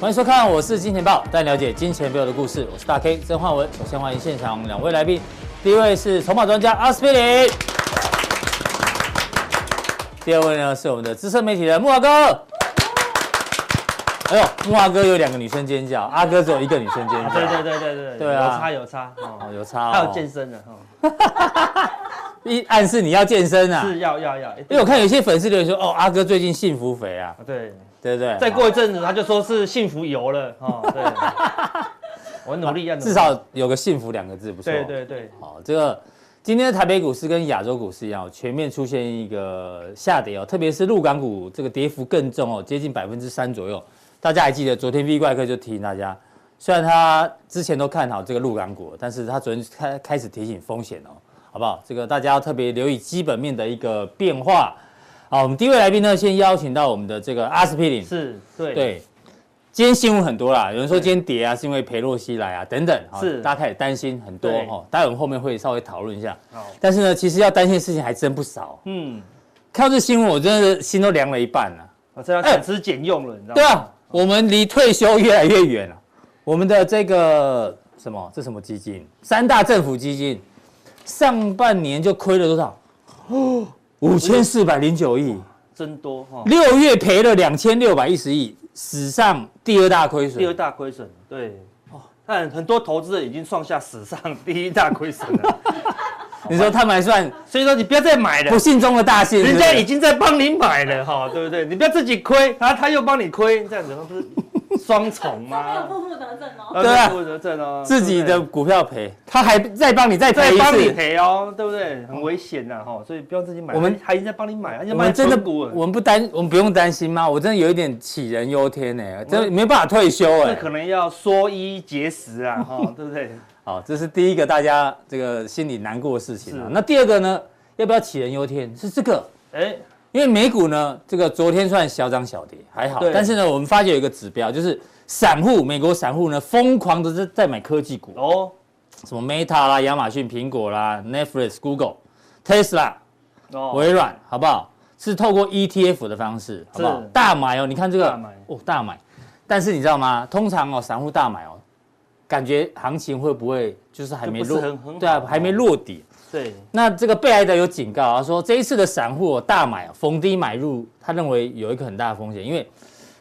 欢迎收看，我是金钱豹，带你了解金钱背后的故事。我是大 K 曾焕文。首先欢迎现场两位来宾，第一位是筹码专家阿司匹林，第二位呢是我们的资深媒体人木华哥。哎呦，木华哥有两个女生尖叫，阿哥只有一个女生尖叫。 对对对对对，对啊有差有差哦，哦，有差、哦。还有健身的哦，一暗示你要健身啊，是要要要，因为我看有些粉丝留言说，哦，阿哥最近幸福肥啊，对，对不对？啊再过一阵子他就说是幸福油了哦，对， 我努力要努力至少有个幸福两个字，不错。对对对，好，这个今天的台北股市跟亚洲股市一样哦，全面出现一个下跌哦，特别是陆港股这个跌幅更重哦，接近百分之三左右。大家还记得昨天 V 怪客就提醒大家，虽然他之前都看好这个陆港股，但是他昨天开开始提醒风险哦，好不好？这个大家要特别留意基本面的一个变化。好，我们第一位来宾呢，先邀请到我们的这个阿司匹林，是，对，对，今天新闻很多啦，有人说今天跌啊，是因为裴洛西来啊，等等，哈是大家开始担心很多对哦。待会我们后面会稍微讨论一下。好，但是呢，其实要担心的事情还真不少。嗯，看到这新闻，我真的心都凉了一半了、我这要省吃俭用了，你知道吗？对啊，我们离退休越来越远了。啊我们的这个什么，这什么基金？三大政府基金，上半年就亏了多 少？五千四百零九亿，真多哦哈，六月赔了两千六百一十亿，史上第二大亏损。第二大亏损，对，哦，但很多投资人已经创下史上第一大亏损 了，你说他们还算所以说你不要再买了不。幸中的大幸，人家已经经在帮你买了哈，对不对？你不要自己亏，啊他他又帮你亏，这样子那不是双重 没有吗？负负得正 哦。对啊负责正哦，自己的对不股票赔，他还再帮你再赔对再一帮你次。赔哦，对不对？很危险呐哈，所以不要自己买。我们还还在帮你买，而且我买们真的，存股，我们不担，我们不用担心吗？我真的有一点杞人忧天呢，真的没办法退休嗯这哎。可能要缩衣节 食啊哈，对不对？好，这是第一个大家这个心里难过的事情啊。是那第二个呢，要不要杞人忧天？是这个，哎，因为美股呢，这个昨天算小涨小跌还好，对但是呢，我们发觉有一个指标，就是散户美国散户呢疯狂的在在买科技股，哦，什么 Meta 啦、亚马逊、苹果啦、Netflix、Google、Tesla。哦，微软，好不好？是透过 ETF 的方式，好不好是？大买哦，你看这个大买哦，大买。但是你知道吗？通常哦，散户大买哦，感觉行情会不会就是还没就不落是很很好？对啊哦，还没落底。对，那这个贝莱德有警告啊，说这一次的散户、哦、大买、哦、逢低买入，他认为有一个很大的风险，因为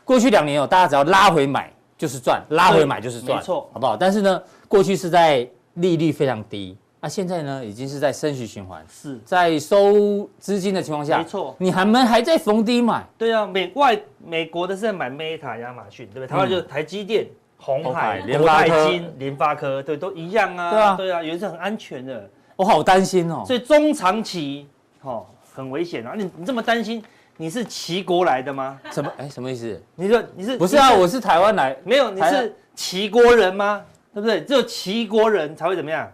过去两年哦，大家只要拉回买就是赚，拉回买就是赚，没错好不好？但是呢，过去是在利率非常低，那、现在呢，已经是在升息循环，是，在收资金的情况下，没错你还们还在逢低买，对啊，美外美国的是在买 Meta、亚马逊，对不对？台湾就是台积电、红嗯红海海、联国发泰科金、联发科，对，都一样啊。对啊对啊，也是很安全的。我好担心哦。所以中长期，哦，很危险啊！你你这么担心，你是齐国来的吗？什么？哎，什么意思？你说你是不是啊，你我是台湾来，没有，你台湾是齐国人吗？对不对？只有齐国人才会怎么样？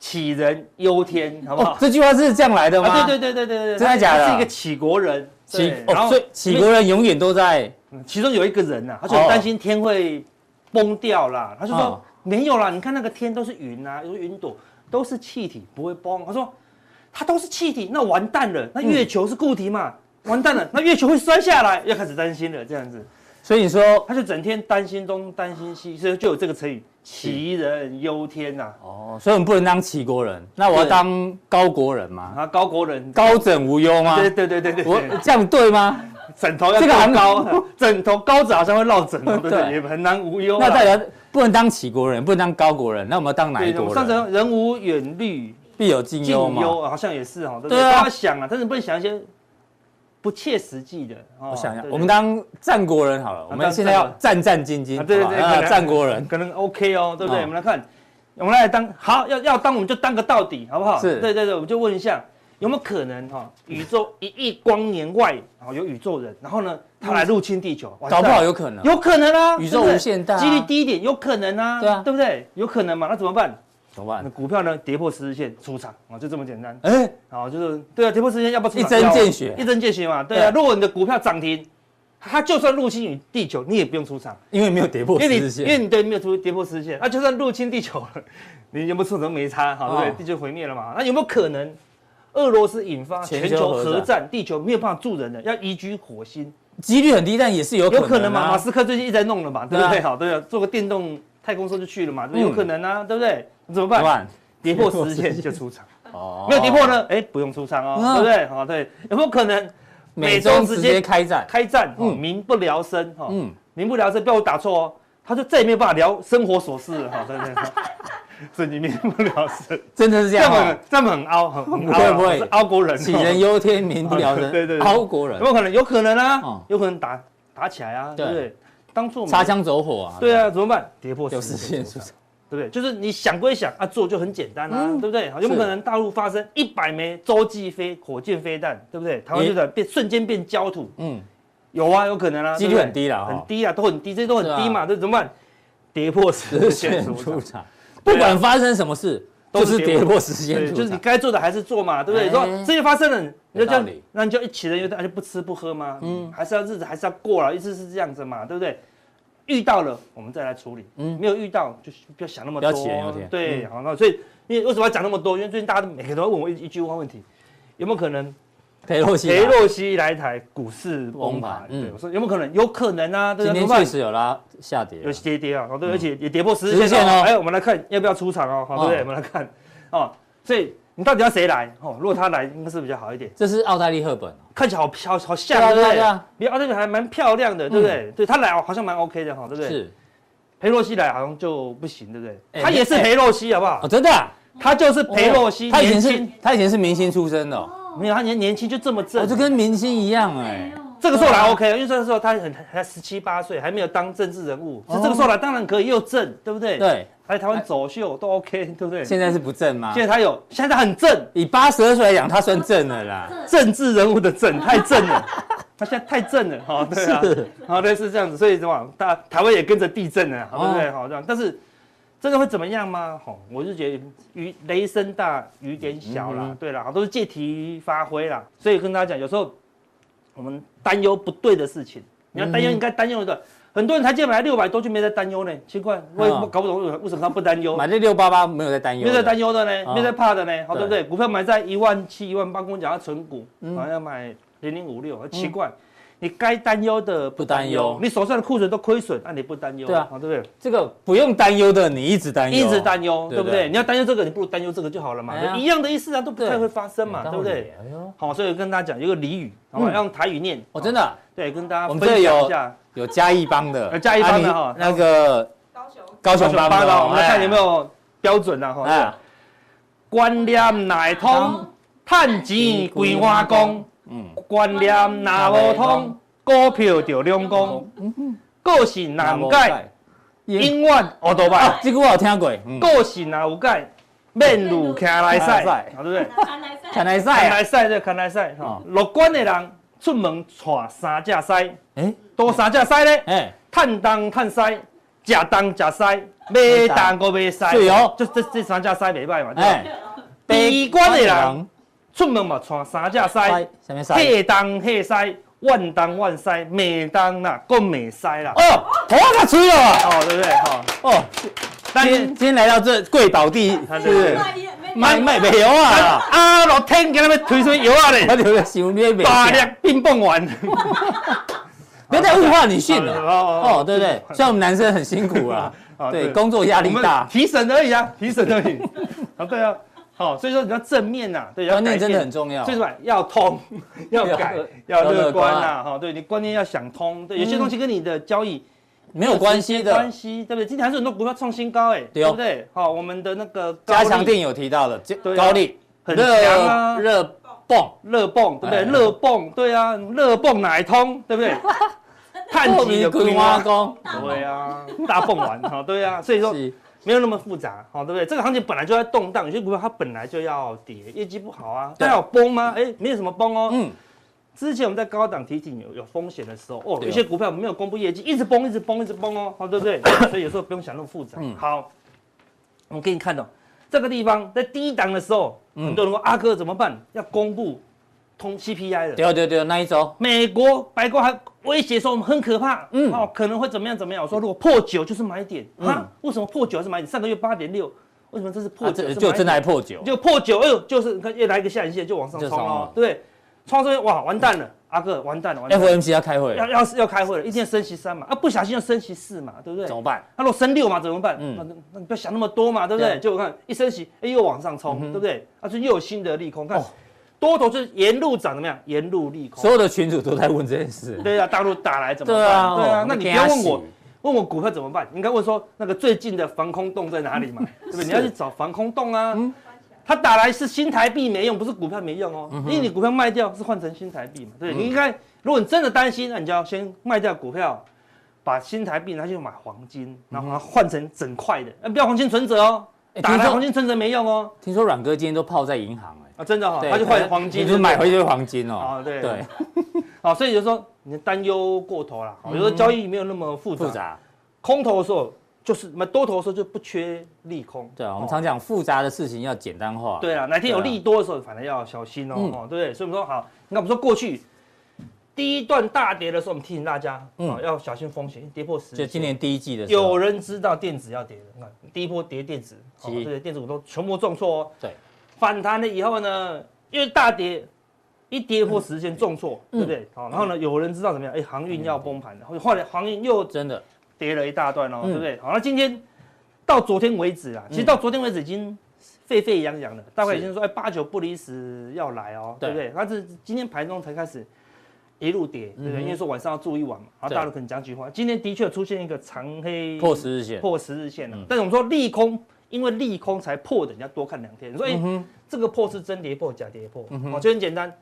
杞人忧天，好不好哦？这句话是这样来的吗？啊，对对对对对对，真的假的他是一个齐国人，起对然哦，后所以起国人永远都在其中有一个人啊呐、他就很担心天会崩掉啦，他就说、哦没有啦，你看那个天都是云啊，有云朵，都是气体，不会崩。他说它都是气体，那完蛋了，那月球是固体嘛，嗯完蛋了，那月球会摔下来，又开始担心了，这样子，所以你说，他就整天担心东担心西，所以就有这个成语“杞人忧天”呐、哦，所以我们不能当齐国人，那我要对当高国人吗？啊，高国人，高枕无忧吗？对对对对对，我对这样对吗？枕头要这个够很高，枕头高子好像会落枕哦，对不对对？也很难无忧啊啦。那代表不能当齐国人，不能当高国人，那我们要当哪一对，我国们上人？层人无远虑，必有近近忧嘛。忧啊好像也是哈，对不对？啊对啊大家想啊，但是不能想一些不切实际的。哦我我想想，我们当战国人好了，我们当现在战要战战兢兢，啊对对好吧对啊可能战国人。可能 OK 哦，对不嗯对？我们来看，我们来当好要要当我们就当个到底，好不好？是对对对，我们就问一下。有没有可能哈、宇宙一亿光年外啊、有宇宙人，然后呢，他来入侵地球，完嗯搞蛋哦不好有可能。有可能啊，宇宙对不对无限大啊几率低一点，有可能啊，对啊对不对？有可能嘛？那怎么办？怎么办那？股票呢跌破十日线出场啊，就这么简单。哦哎，好，就是对啊，跌破时间要不要出场一针见血要一针见血嘛。对啊，对如果你的股票涨停，它就算入侵于地球，你也不用出场，因为没有跌破因为十你日因为线，你对没有突跌破十日线，那就算入侵地球了，你有没有出场都没差，好对哦不对？地球毁灭了嘛？那有没有可能俄罗斯引发全全球球核核战战，地球没有办法住人了，要移居火星？几率很低，但也是有有可能能嘛？马啊。斯克最近一直在弄了嘛，对不对对？啊好，对啊，做个电动太空车就去了嘛，对不嗯对有可能啊，对不对？怎么怎么办？办？跌破十日线就出场， 哦没有跌破？呢？哎，不用出场哦嗯，啊对不对？好，对，有没有可能美美中中直直接接开战，开战？哦，嗯民不聊生，哈，嗯，民不聊生，不要我打错哦，他就再也没有办法聊生活琐事了，哈，对不对？所以你民不聊生，真的是这这样么哦很，这么很凹，很很凹不会啊，不会是凹国人哦，杞人忧天，民不聊生， 对对对包国有人没有可能？有可能哦啊，有可能打打起来啊，对不对对？当初我们擦枪走火啊。对，啊，怎么办？跌破有十时日间线出出场场，对不对？就是你想归想啊，做就很简单啊，嗯对不对？好有没有可能大陆发生一百枚洲际飞火箭飞弹，对不对？台湾就在变瞬间变焦土，嗯，有啊，有可能啊，几率对不对很低啦哈啊很低啊，都很低，这些都很低嘛，这怎么办？跌破十直日线线出出场，场， 不管发生什么事，就都是是跌跌破时对，间就出是你场。该做的还是做嘛，对不对？哎说这些发生了，你就有这样道理，那你就一起人有点，就不吃不喝嘛，嗯，还是要日子还是要过了，意思是这样子嘛，对不对？遇到了我们再来处理，嗯嗯，没有遇到就是不要想那么不要杞嗯人忧多天，对，好，那所以因为为什么要讲那么多？因为最近大家都每个人都在问我一一句话问题，有没有可能裴洛西啊，裴洛西来台股市崩崩盘盘？嗯对，我说有没有可能？有可能啊，对今不天对？怎么确办实有拉下跌了有，跌跌啊，好对，而且也跌破嗯十十日日线线哦哦。哎，我们来看要不要出场哦，好对不哦对？我们来看哦，所以你到底要谁来？哦，如果他来，应该是比较好一点。这是澳大利赫本哦，看起来好漂对好啊像，对对不对啊对啊？比奥这个还蛮漂亮的，对不对？对他来哦好像蛮 OK 的哈，对不对？是裴洛西来好像就不行，对不哎对？他也是裴洛西，好不好哦，？真的啊，他就是裴洛西，哦他以前年是轻，他以前是明星出身的哦，没有他年年轻就这么哦正就。跟明星一样哎，这个时候对啊来 OK，因为这个时候他很还十七八岁，还没有当政治人物。哦这个时候来当然可以，又正，对不对？，对，来台湾走秀都 OK，对不对？现在是不正吗啊现？在他有，现在他很正，以八十二岁来讲，他算正的啦，政治人物 的正，太正了，他现在太正了，好、对啊，是好、对是这样子，所以怎么，大台湾也跟着地震哦了，好、对不对？好、这样，但是真的会怎么样吗？好、我是觉得雨雷声大雨点小啦，嗯哼对啦，好都是借题发挥啦，所以跟大家讲，有时候我们担忧不对的事情，你要担忧，嗯哼应该担忧的。很多人台积买六百多就没在担忧呢，奇怪，我也嗯搞不懂为什么为什么他不担忧。买这六八八没有在担忧没的，有在担忧的呢，啊没有在怕的呢，好对嗯对不对？股票买在一万七、一万八，跟我讲要存股，好要买零零五六，奇怪，你该担忧的不担不担忧忧，你手上的库存都亏损，那你不担忧，对啊好对不对？这个不用担忧的，你一直担忧，一直担忧，对对不不对对？你要担忧这个，你不如担忧这个就好了哎呀嘛，一样的意思啊，都不太对会发生有嘛，道对不理对？？哎呦好，所以跟大家讲有个俚语，好吧嗯用台语念，哦，真的的啊对，跟大家我们分这享有一下有嘉义帮的，有嘉义帮的哈啊你那个高雄高雄帮的哦，我们来看有没有有标准啊，哈，哎，啊观念乃通，趁钱归花公。嗯，观念若无通，股票就两公；个性嗯若难唔改，改，因永远学倒啊摆，。这个我有听过，嗯，个性若有改，面如徛来徛来使，哎啊使啊对不对？安来赛，看来徛赛啊，来使就徛来使哦哈。乐观的人出门带三只狮，哎多三只狮咧，哎，趁东趁西，食东食西，买东个买西，是哦就这这三只狮袂歹嘛。对吧？哎，悲观的人哎出门嘛带三只狮。赛，什么赛？迄东迄西，万东万西，美东啦，更美西啦。哦，头发他吹了啊，哦，对不对？哈，哦，今但天今天来到这贵宝地，是不是？卖卖煤油但啊，啊，落天今日推什么油啊我 嘞？留个想你煤，大量冰棒 丸。不要再物化女性了。哦哦，对对，虽然我们男生很辛苦啦， 哦对，工作压力大，提神而已啊，提神而已。 啊，对啊，好，所以说你要正面呐，对，要观念改真的变很。重要最。起码要通， 要改要，要乐乐观观啊呐，哈，对你观念要想通，对，有些东西跟你的交易没有关系关的。系，对不对？今天还是很多股票创新高，哎，对对哦不对？好，我们的那个高加丽强店有提到的，这对啊高丽很强热啊热泵，热泵，对不哎对？热泵，对啊，热泵哪一通，对不对？碳透基明的葵规花划，工，啊对啊，大泵丸，好，对啊，所以说是没有那么复杂，好，对不对？这个行情本来就在动荡，有些股票它本来就要跌，业绩不好啊，对它有崩吗？哎，没有什么崩哦。嗯，之前我们在高档提醒有有风险的时候，哦，对哦有些股票没有公布业绩，一直崩，一直崩，一直崩哦，好，对不对？所以有时候不用想那么复杂嗯。好，我们给你哦看到这个地方在低档的时候，嗯很多人说阿哥怎么办？要公布通 CPI 了。对啊对对，那一周美国白宫还威胁说我们很可怕，嗯嗯，哦，可能会怎么样怎么样。我说如果破九就是买点啊？为什么破九还是买点？上个月八点六，为什么这次破啊九、这就真的还破九，就破九，哎呦，就是你看又来一个下影线就往上就冲冲哦了，哎对，冲到这边哇完蛋了，阿哥完蛋了，完蛋了 FOMC 要开会要了，要要开会了，一天升息三嘛，啊不小心要升息四嘛，对不对怎？么办？那如果升六嘛怎么办？嗯那那你不要想那么多嘛，对不对嗯对？就我看一升息，哎又往上冲，对不对？啊就又有新的利空，看多头就是沿路涨怎么样？沿路利哦空所。有的群主都在问这件事。对啊，大陆打来怎么办？对啊，对啊哦，那你不要问我，问我股票怎么办？你应该问说那个最近的防空洞在哪里嘛？嗯对不对？你要去找防空洞啊。他打来是新台币没用，不是股票没用哦，嗯因为你股票卖掉是换成新台币嘛，对不对，你应该，如果你真的担心，那你就要先卖掉股票，把新台币拿去买黄金，然后把它换成整块的，呃不要黄金存折哦嗯哎，打听来说黄金存折没用哦，听说阮哥今天都泡在银行哎，啊，真的哦，对他就换成黄金，你就买回一堆黄金哦。啊，对对，好，所以就是说你的担忧过头啦，哦有时候交易没有那么复杂嗯复，杂，空头的时候就是那么多头的时候就不缺利空。对啊，我们哦常讲复杂的事情要简单化。对啊，哪天有对利啊，多的时候，反而要小心哦，嗯哦，对不对？所以我们说好，那我们说过去第一段大跌的时候，我们提醒大家，嗯哦，要小心风险，跌破十。就今年第一季的时候有人知道电子要跌了，你看第一波跌电子，哦，是对，电子股都全部重挫哦。对，反弹了以后呢，因为大跌。一跌破十线重挫，嗯对不对？好，然后呢，有人知道怎么样？哎，航运要崩盘了，或者后来航运又真的跌了一大段哦，嗯对不对？好，那今天到昨天为止啊，其实到昨天为止已经沸沸扬扬了，大概已经说哎八九不离十要来哦，对对不对？但是今天盘中才开始一路跌，对不嗯哼对？因为说晚上要住一晚嘛，然后对大陆可能讲句话，今天的确出现一个长黑破十日线。破十日线了啊嗯，但是我们说利空。因为利空才破的，你要多看两天。你说，哎、这个破是真跌破，假跌破，好、嗯哼哦，就很简单，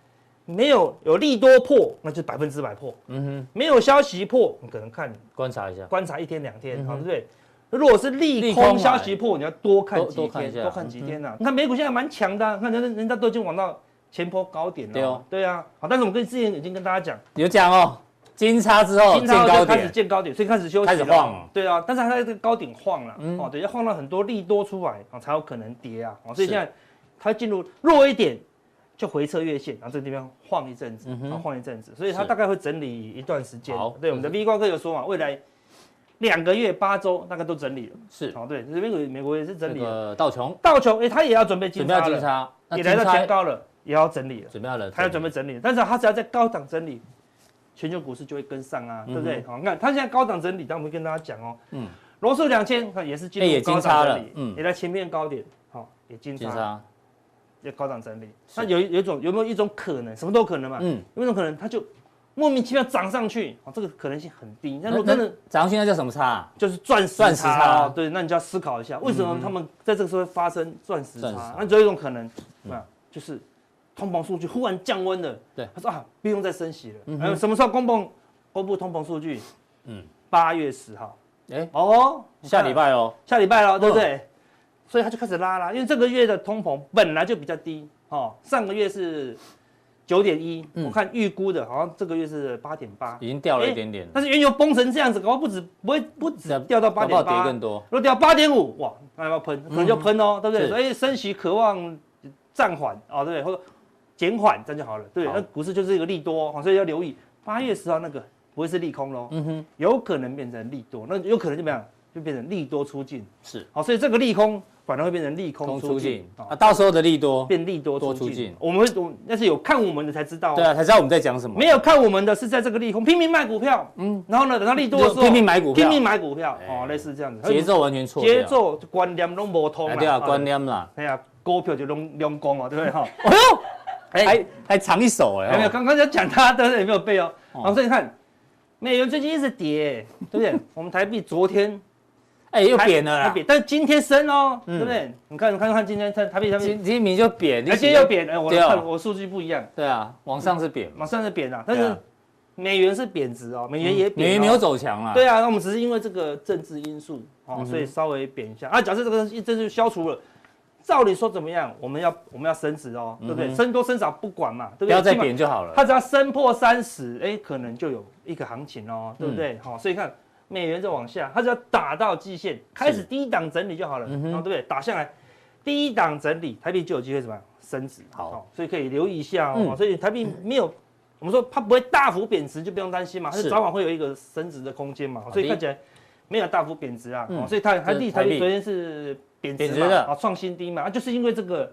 没有有利多破，那就百分之百破；嗯哼，没有消息破，你可能看观察一下。观察一天两天，嗯好、哼对不对？如果是利利空啊空消息破，你要多看多几多看一天，下嗯多看几天呐、啊。你看美股现在蛮强的啊、看人家人家都已经往到前坡高点了。对哦对啊。好，但是我们跟之前已经跟大家讲，有讲哦，金叉之后金哦见叉高就开始点，见高点，所以开始休息开始了晃了对啊，但是它在这个高点晃了、嗯哦，对，要晃到很多利多出来啊、哦，才有可能跌啊。哦，所以是现在它进入弱一点。就回撤月线，然后这个地方晃一阵子，嗯哼然后晃一阵子，所以它是大概会整理一段时间好。嗯对，我们的 V 光哥有说嘛，未来两个月八周大概都整理了。是哦，对，这边美美国也是这整理了。个道琼道琼，哎、他也要准备金准备要叉金了，叉，那也金来到前叉高了，也要整理了，准备要了，他要准备整理，但是他只要在高档整理，全球股市就会跟上啊，对不对？好，你看他现在高档整理，但我们跟大家讲哦，嗯嗯，罗素两千看也是进哎也入金高叉档了整理，嗯也在前面高点，好、也金金叉，叉，也高档整理。是那有一有一种有没有一种可能，什么都有可能嘛？嗯，嗯，有一种可能，它就莫名其妙涨上去，哦，这个可能性很低。那那如果那真的涨上去那叫什么叉啊？就是钻石钻石差嗯差，哦对，那你就要思考一下，为什么他们在这个时候会发生钻石钻石差嗯差？那只有一种可能，啊，就是通膨数据忽然降温了，对他说啊，不用再升息了，还有什么时候公布公布通膨数据？嗯嗯，八月十号，哎，哦，下礼拜哦，下礼拜了，对不对？所以他就开始拉啦，因为这个月的通膨本来就比较低，哦，上个月是九点一，嗯我看预估的好像这个月是八点八，已经掉了一点点了，但是原油崩成这样子，搞不好不止不会不止掉到八搞不好点跌八更。多，如果掉八点五，哇，那要不要喷？可能就喷哦，对不嗯是对？所以升息渴望暂缓哦，对不对？或者减缓，这样就好了。对，好那股市就是一个利多哦，所以要留意八月十号那个不会是利空喽，嗯哼，有可能变成利多，那有可能怎么样？就变成利多出尽。是好，所以这个利空反而会变成利空空出出尽境啊，啊，到时候的利多，变利多多出出尽尽。我们会，我们那是有看我们的才知道对哦。啊，才知道我们在讲什么，没有看我们的是在这个利空拼命卖股票，嗯，然后呢，等到利多的时就候拼命买股拼票，命买股票，哎哦，类似这样子，节奏完全错掉，节奏就观念拢无通啊哎啦对啊，观，念啦，哎呀，股票就拢两公哦，对不对哈？ 哎呦，哎还还长一手有没哎有？哦，刚刚在讲它，但是有没有背哦？哦好，所以你看，美元最近一直跌，对不 对？我们台币昨天哎又台扁了台啦，币但是今天升哦，嗯对不对？你看，你看，看今天看台币上面，今今明就扁，哎，今天又，贬，哎，我对啊看我数据不一样，对啊，往上是扁嘛，马上是贬了，但对啊嗯是美元是贬值哦，美元也贬哦，美元没有走强啦，对啊，那我们只是因为这个政治因素嗯哦哼，所以稍微贬一下啊。假设这个政治消除了，照理说怎么样？我们要我们要升值哦，对不嗯对？哼升多升少不管嘛，对不对？不要再起码贬就好了。它只要升破三十，哎，可能就有一个行情哦，对不嗯对？好，所以看美元再往下，它只要打到季线，开始低档整理就好了，哦嗯哼然后对不对？打下来，低档整理，台币就有机会什么样升值。好所以可以留意一下哦。嗯所以台币没有，我们说它不会大幅贬值，就不用担心嘛，它是是早晚会有一个升值的空间嘛。所好的以看起来没有大幅贬值啊。嗯哦所以它它这是立台台币币昨天是贬值贬值嘛的啊，创新低嘛，啊就是因为这个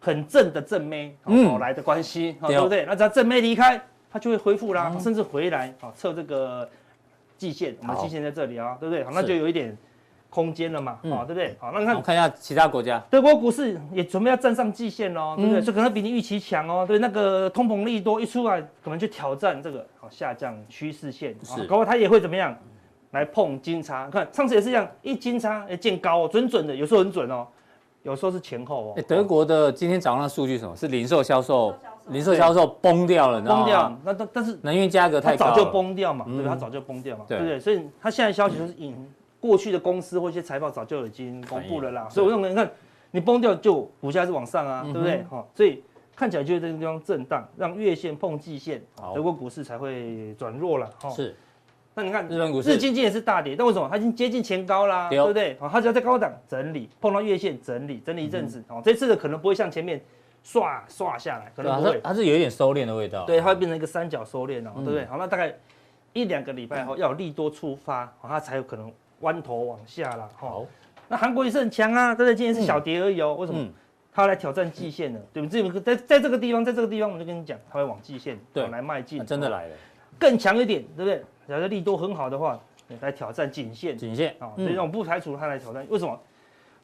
很正的正妹哦嗯哦来的关系，哦对哦哦对不对？那只要正妹离开，它就会恢复啦，甚至回来啊测这个季线，我们好季线在这里啊，对不对？好，那是就有一点空间了嘛，嗯哦，对不对？好，那你我看们看一下其他国家，德国股市也准备要站上季线喽，对不对？嗯所以可能比你预期强哦，对，那个通膨利多一出来，可能去挑战这个好下降趋势线，是好搞不好它也会怎么样来碰金叉？看上次也是一样，一金叉哎见高哦，准准的，有时候很准哦，有时候是前后哦哎，，德国的今天早上的数据是什么？是零售销售，零售对销售崩掉了，你知道吗哦崩掉，，那但但是能源价格它太高了，早就崩掉嘛，对不对？嗯它早就崩掉嘛，对对不对？所以它现在消息就是引过去的公司或一些财报早就已经公布了啦，反应所以我认为你看你崩掉就股价是往上啊，嗯嗯哼对不对？哈，所以看起来就是这个地方震荡，让月线碰季线好，德国股市才会转弱了。哈，是那你看日本股日市经济也是大跌，但为什么它已经接近前高啦，对对哦不对？好，它只要在高档整理，碰到月线整理，整理一阵嗯子，哦，这次的可能不会像前面唰唰下来，可对能啊，不它会。它是有一点收敛的味道，对，它会变成一个三角收敛哦，嗯对不对？好，那大概一两个礼拜后要有利多触发，哦它才有可能弯头往下啦。哈、好，那韩国也是很强啊，对不对？今天是小跌而已哦，为什么嗯？它要来挑战季线呢？对不对？这个在在这个地方，在这个地方，我们就跟你讲，它会往季线对哦来迈进，那啊真的哦来了，更强一点，对不对？假如力多很好的话，来挑战颈线颈线啊，哦，所以嗯，我们不排除它来挑战。为什么？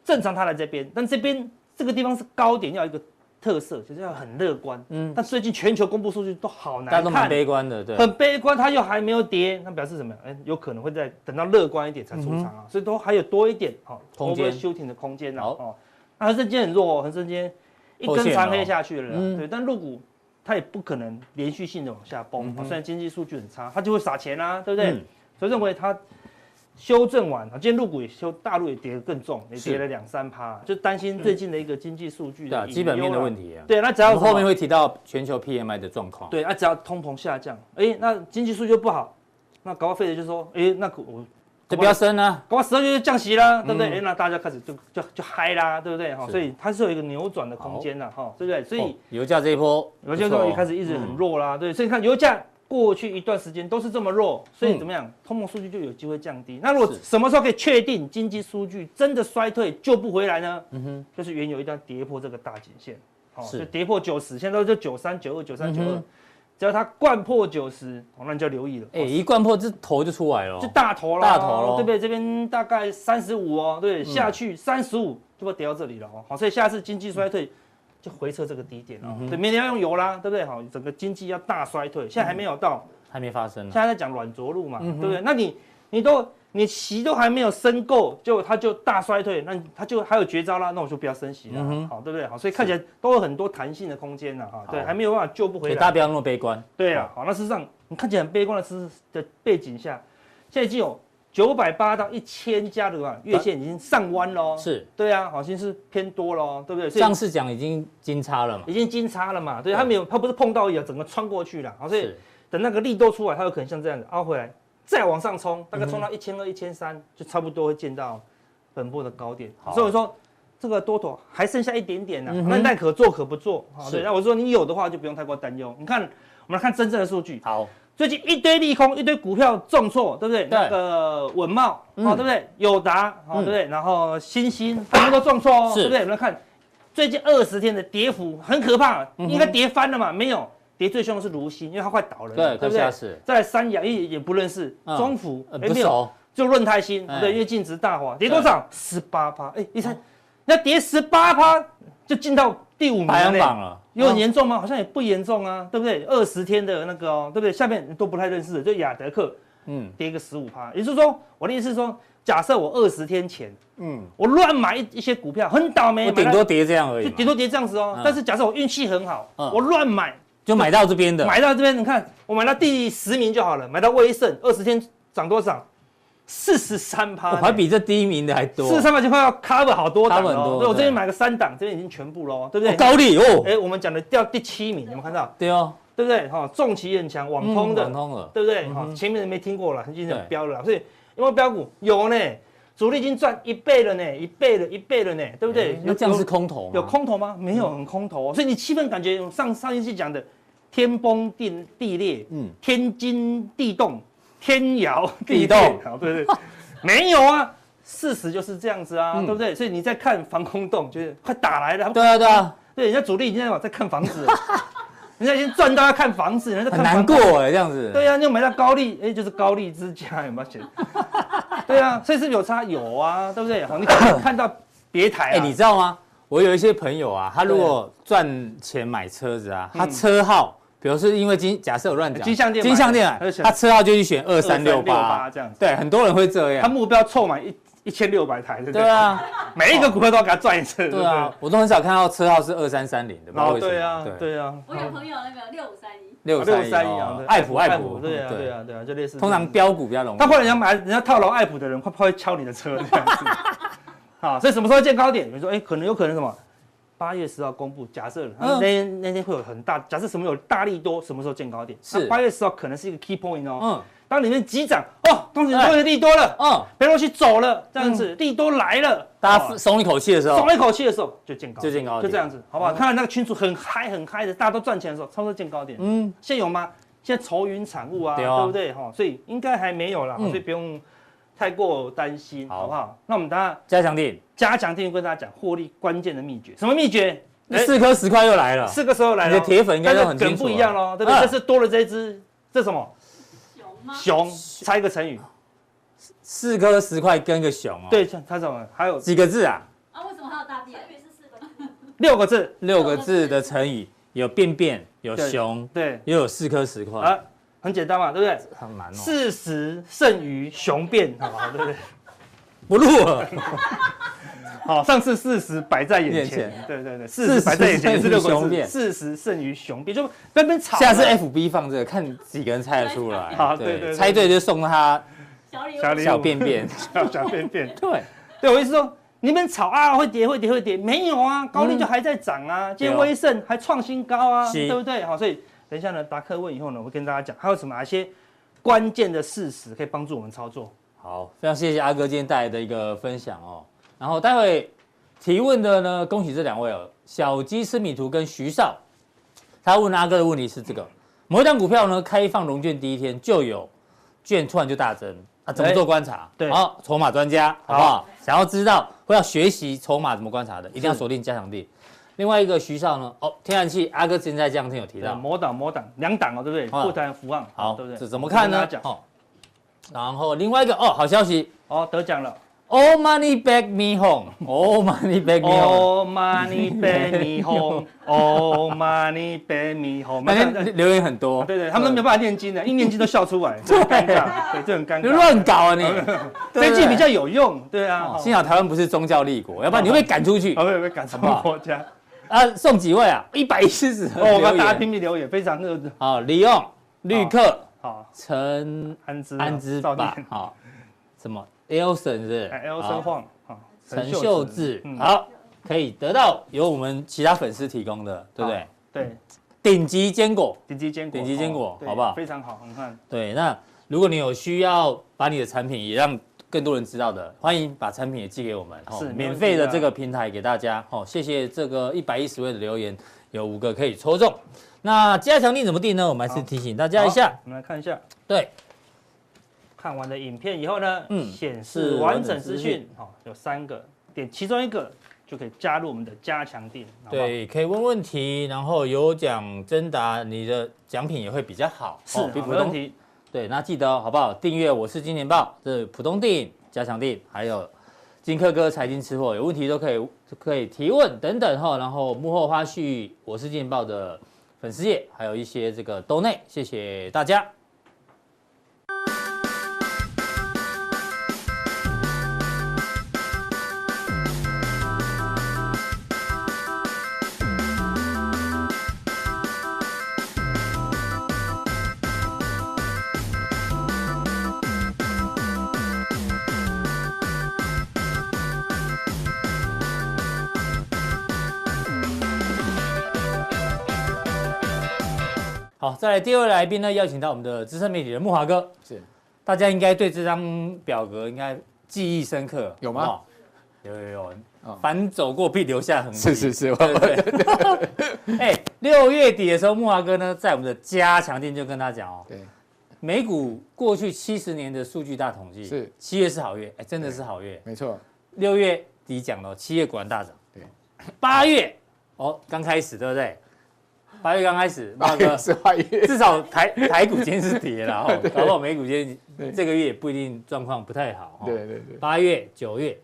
正常它来这边，但这边这个地方是高点，要有一个特色，就是要很乐观。嗯嗯，但最近全球公布数据都好大家难都看蛮，悲观的，对，很悲观，它又还没有跌，那表示什么？哎、有可能会再等到乐观一点才出场啊，所以都还有多一点哦，嗯空间 shooting 的空间啊。好哦，那恒生今天很弱哦，恒生今天一破线根了长哦黑下去了啦，嗯对，但入股它也不可能连续性的往下崩，嗯哼哦虽然经济数据很差，它就会撒钱啦、对不对？嗯所以认为它。修正完啊，今天入股也修，大陆也跌得更重，也是跌了两三趴，就担心最近的一个经济数据对啊，的基本面的问题。题啊，对，那只我要们后面会。会提到全球 PMI 的状况，对，那、啊只要通膨下降，哎、那经济数据不好，那搞到费的就说，哎、那我就不要升啊，搞到十二月就降息啦，对不对？哎、嗯那大家开始就就就嗨啦，对不对？哈，是所以它是有一个扭转的空间的哈，对不对？所哦以油价这一波不错哦，嗯油价就开始一直很弱啦，对，所以你看油价过去一段时间都是这么弱，所以嗯怎么样，通膨数据就有机会降低。那如果是什么时候可以确定经济数据真的衰退救不回来呢？嗯哼，就是原油一定要跌破这个大颈线，哦，是就跌破九十，现在都是九三九二九三嗯九哼二，只要它灌破九十，哦，那你就要留意了，哎，一灌破这头就出来了就哦，大头了，大头咯嗯对不对？这边大概三十五哦，对，下去三十五就会跌到这里了哦，好，所以下次经济衰退就回撤这个低嗯点了哦，对，明年要用油啦，对不对？好，整个经济要大衰退，现在还没有到，还没发生呢，啊现在在讲软着陆嘛，嗯哼对不对？那你你都你息都还没有升够，结果它就大衰退，那你它就还有绝招啦，那我就不要升息了，嗯哼好，对不对？好，所以看起来都有很多弹性的空间了哈，对，好还没有办法救不所回以来大。家不要那么悲观，对啊，好，那事实上你看起来很悲观的事的背景下，现在已经有九百八到一千家的啊，月线已经上弯喽，，是对啊，好像是偏多喽，对不对？所以上次讲已经金叉了嘛，已经金叉了嘛，对，对它没有，它不是碰到而已啊，整个穿过去了，好，所以是等那个力都出来，它有可能像这样子凹回来，再往上嗯冲，大概冲到一千二、一千三，就差不多会见到本波的高点好。所以我说这个多头还剩下一点点呢、嗯哼那那可做可不做。好，是对，那我说你有的话就不用太过担忧。你看，我们来看真正的数据，好，最近一堆利空，一堆股票重挫，对不对？对那个文茂，嗯哦，对不对？友达，哦，嗯对不对？然后新兴，他们都重挫哦，是对不对？我们来看最近二十天的跌幅很可怕，啊嗯哼应该跌翻了嘛？没有，跌最凶的是如新，因为它快倒了，对，对快不对吓？死了，在三阳也也不认识，嗯中福呃哎不没有，熟，就润泰新，哎对，因为净值大滑，跌多少？十八趴，哎，你看，那跌十八趴就进到第五名排行了。榜啊了，有很严重吗？好像也不严重啊，对不对？二十天的那个哦，对不对？下面都不太认识的，就雅德克嗯跌个十五趴，也就是说，我的意思是说，假设我二十天前嗯，我乱买一一些股票，很倒霉，我顶哎买多跌这样而到已就嘛，顶多跌这样子哦。嗯但是假设我运气很好，嗯我乱买，就买到这边的，买到这边，你看我买到第十名就好了，买到威盛，二十天涨多少？四十三趴我，哦还比这第一名的还多，四十三趴就快要 cover 好多档 cover 很了多哦。对，我这对边买个三档，这边已经全部喽，对不哦对？高利哎、哦，我们讲的掉第七名，有没有看到？对哦，对不对？哈、哦，重骑很强，网通嗯的，网通了，对不对？嗯哈、哼前面的没听过了，已经对很标了啦，所以有没有标股？有呢。主力已经赚一倍了呢，一倍了，一倍了呢，对不对哎？那有这样嗯有是空头吗有空头吗？没有，很空头、哦。所以你气氛感觉有上上一期讲的天崩地地裂，嗯嗯，天惊地动，天摇地地动动，好，对 对对，没有啊。事实就是这样子啊，嗯对不对？所以你在看防空洞，就是快打来了，对啊对啊，对，人家主力已经在在看房子了，人家已经赚到要看房子，人家在很看难房子过。哎，这样子。对啊，你有买到高利，哎、就是高利之家，有没有钱？对啊，所以是不是有差有啊，对不对？好，你可能看到别台、啊，哎、你知道吗？我有一些朋友啊，他如果赚钱买车子啊，他车号，比如是因为金，假设我乱讲，嗯哎金项店买金项店啊他就，选他车号就去选二三六八2368，这样子对，很多人会这他样。目标凑满一一千六百台，对不对？对啊，每一个股票都要给他赚一次，对不对对？啊，我都很少看到车号是二三三零的，不知道哦，为什么。对啊，对啊，我有朋友那个六五三一，六六三三一一啊啊，，爱普爱普，对啊，对，啊，对啊，就类似这样。通常标股比较容易。但后来人家买，人家套牢爱普的人，会不会敲你的车这样子？ 好，所以什么时候见高点？你说，哎、可能有可能什么？八月十号公布，假设嗯那天那天会有很大，假设什么有大力多，什么时候见高点？是八月十号可能是一个 key point 哦。嗯当里面急涨，哦，当时终于利多了，嗯，佩洛西走了，这样子，利多来了，大哦家松一口气的时候松，了一口气的时候就见高点，就见高点嗯就这样子，好不好？看到那个群主很嗨很嗨的，大家都赚钱的时候，差不多见高点。嗯，现在有吗？现在愁云惨雾啊，对对啊不对？哈，所以应该还没有啦，嗯所以不用太过担心，好好不好？那我们等下加强点，加强定跟大家讲获利关键的秘诀，什么秘诀？那四颗十块又来了，哎四个时候来哎了，啊你的铁粉应该都很但是清楚梗不一样喽，对嗯不对？这是多了这一只，这什么熊吗？熊？猜一个成语，啊四颗十块跟个熊哦，，对，猜什么？还有几个字啊？啊，为什么还有大便？成语是四个六个字，六个字的成语，有便便，有对熊，对，又有四颗石块，啊，很简单嘛，对不对？好难哦。事实胜于雄辩，好不好？对不对？不录了，好，上次事实摆在眼前，眼前对对对，事实摆在眼前是六胜于雄个字，辩事实胜于雄辩，就在那边 吵。下次 FB 放这个，看几个人猜得出来。 好对对对猜对就送他小礼物。小礼物小便便。 小小便便，对，对我意思说，你们吵啊，会跌会跌会跌，没有嗯啊，高利就还在涨啊，今天威盛还创新高啊，哦是对不对？好，所以等一下呢，达克问以后呢，我会跟大家讲还有什么哪些关键的事实可以帮助我们操作。好，非常谢谢阿哥今天带来的一个分享哦。然后待会提问的呢，恭喜这两位哦，小鸡吃米图跟徐少。他问阿哥的问题是这个：某一档股票呢，开放融券第一天就有券突然就大增，啊，怎么做观察？对好，筹码专家，好不好？想要知道或要学习筹码怎么观察的，一定要是锁定加强地。另外一个徐少呢，哦，天然气，阿哥之前在这两天有提对，到，魔档魔档两档哦，对不对？啊固谈福旺，好，对不这对？怎么看我呢跟大家？讲哦，然后另外一个哦，好消息哦，得奖了。 ，All money back me home，All money back me home， Oh money back me home，Oh money back me home。那我们看天留言很多，啊对对，他们都没有办法念经的，一念经都笑出来，这很尴尬，对，这很尴你尬。乱搞啊你，这一对句不对比较有用，对啊哦。 幸好台湾不是宗教立哦国，要不然你会被赶出去好，会被赶上国家。啊！送几位啊？一百一十哦，我们大家拼哦拼。命留言，非常热。好，李勇、绿客、好，陈安之安之赵吧念，，好，什么 Elson 是不是哎，L 生好晃，好，陈秀智，嗯好，可以得到由我们其他粉丝提供的，对不对好？对，顶级坚果，顶级坚果，顶级坚果哦对好不好非常好，你看，对，那如果你有需要把你的产品也让更多人知道的，欢迎把产品也寄给我们，哦是没免问题啊费的的这个平台给大家。哦，谢谢这个一百一十位的留言，有五个可以抽中。那加强力怎么定呢？我们还是好提醒大家一下好，，我们来看一下。对，看完了影片以后呢，嗯显是示完完整整资资讯讯，好、有三个点，其中一个就可以加入我们的加强店，好不好，对，可以问问题，然后有奖征答，你的奖品也会比较好，是、哦好比普没问通。题。对，那记得哦好不好？订阅《我是金钱豹》，这是浦东电影、加强电影，还有金科哥财经吃货，有问题都可以可以提问等等哈。然后幕后花絮，《我是金钱豹》的粉丝页，还有一些这个兜内，谢谢大家。好，再来第二位来宾呢，邀请到我们的资深媒体人木华哥。是，大家应该对这张表格应该记忆深刻，有吗哦？有有有哦，凡走过必留下痕迹。是是是，对对 对。哎，六月底的时候，木华哥呢在我们的加强店就跟他讲哦，对，美股过去七十年的数据大统计，是七月是好月，哎，真的是好月。没错，六月底讲了，七月果然大涨。对，八月哦刚开始，对不对？八月刚开始，木华八哥月是八月， 至少台台股今天是跌 了哈，搞不好美股今对天这个月也不一定状况不太好哈。哦对对对，八月、九月，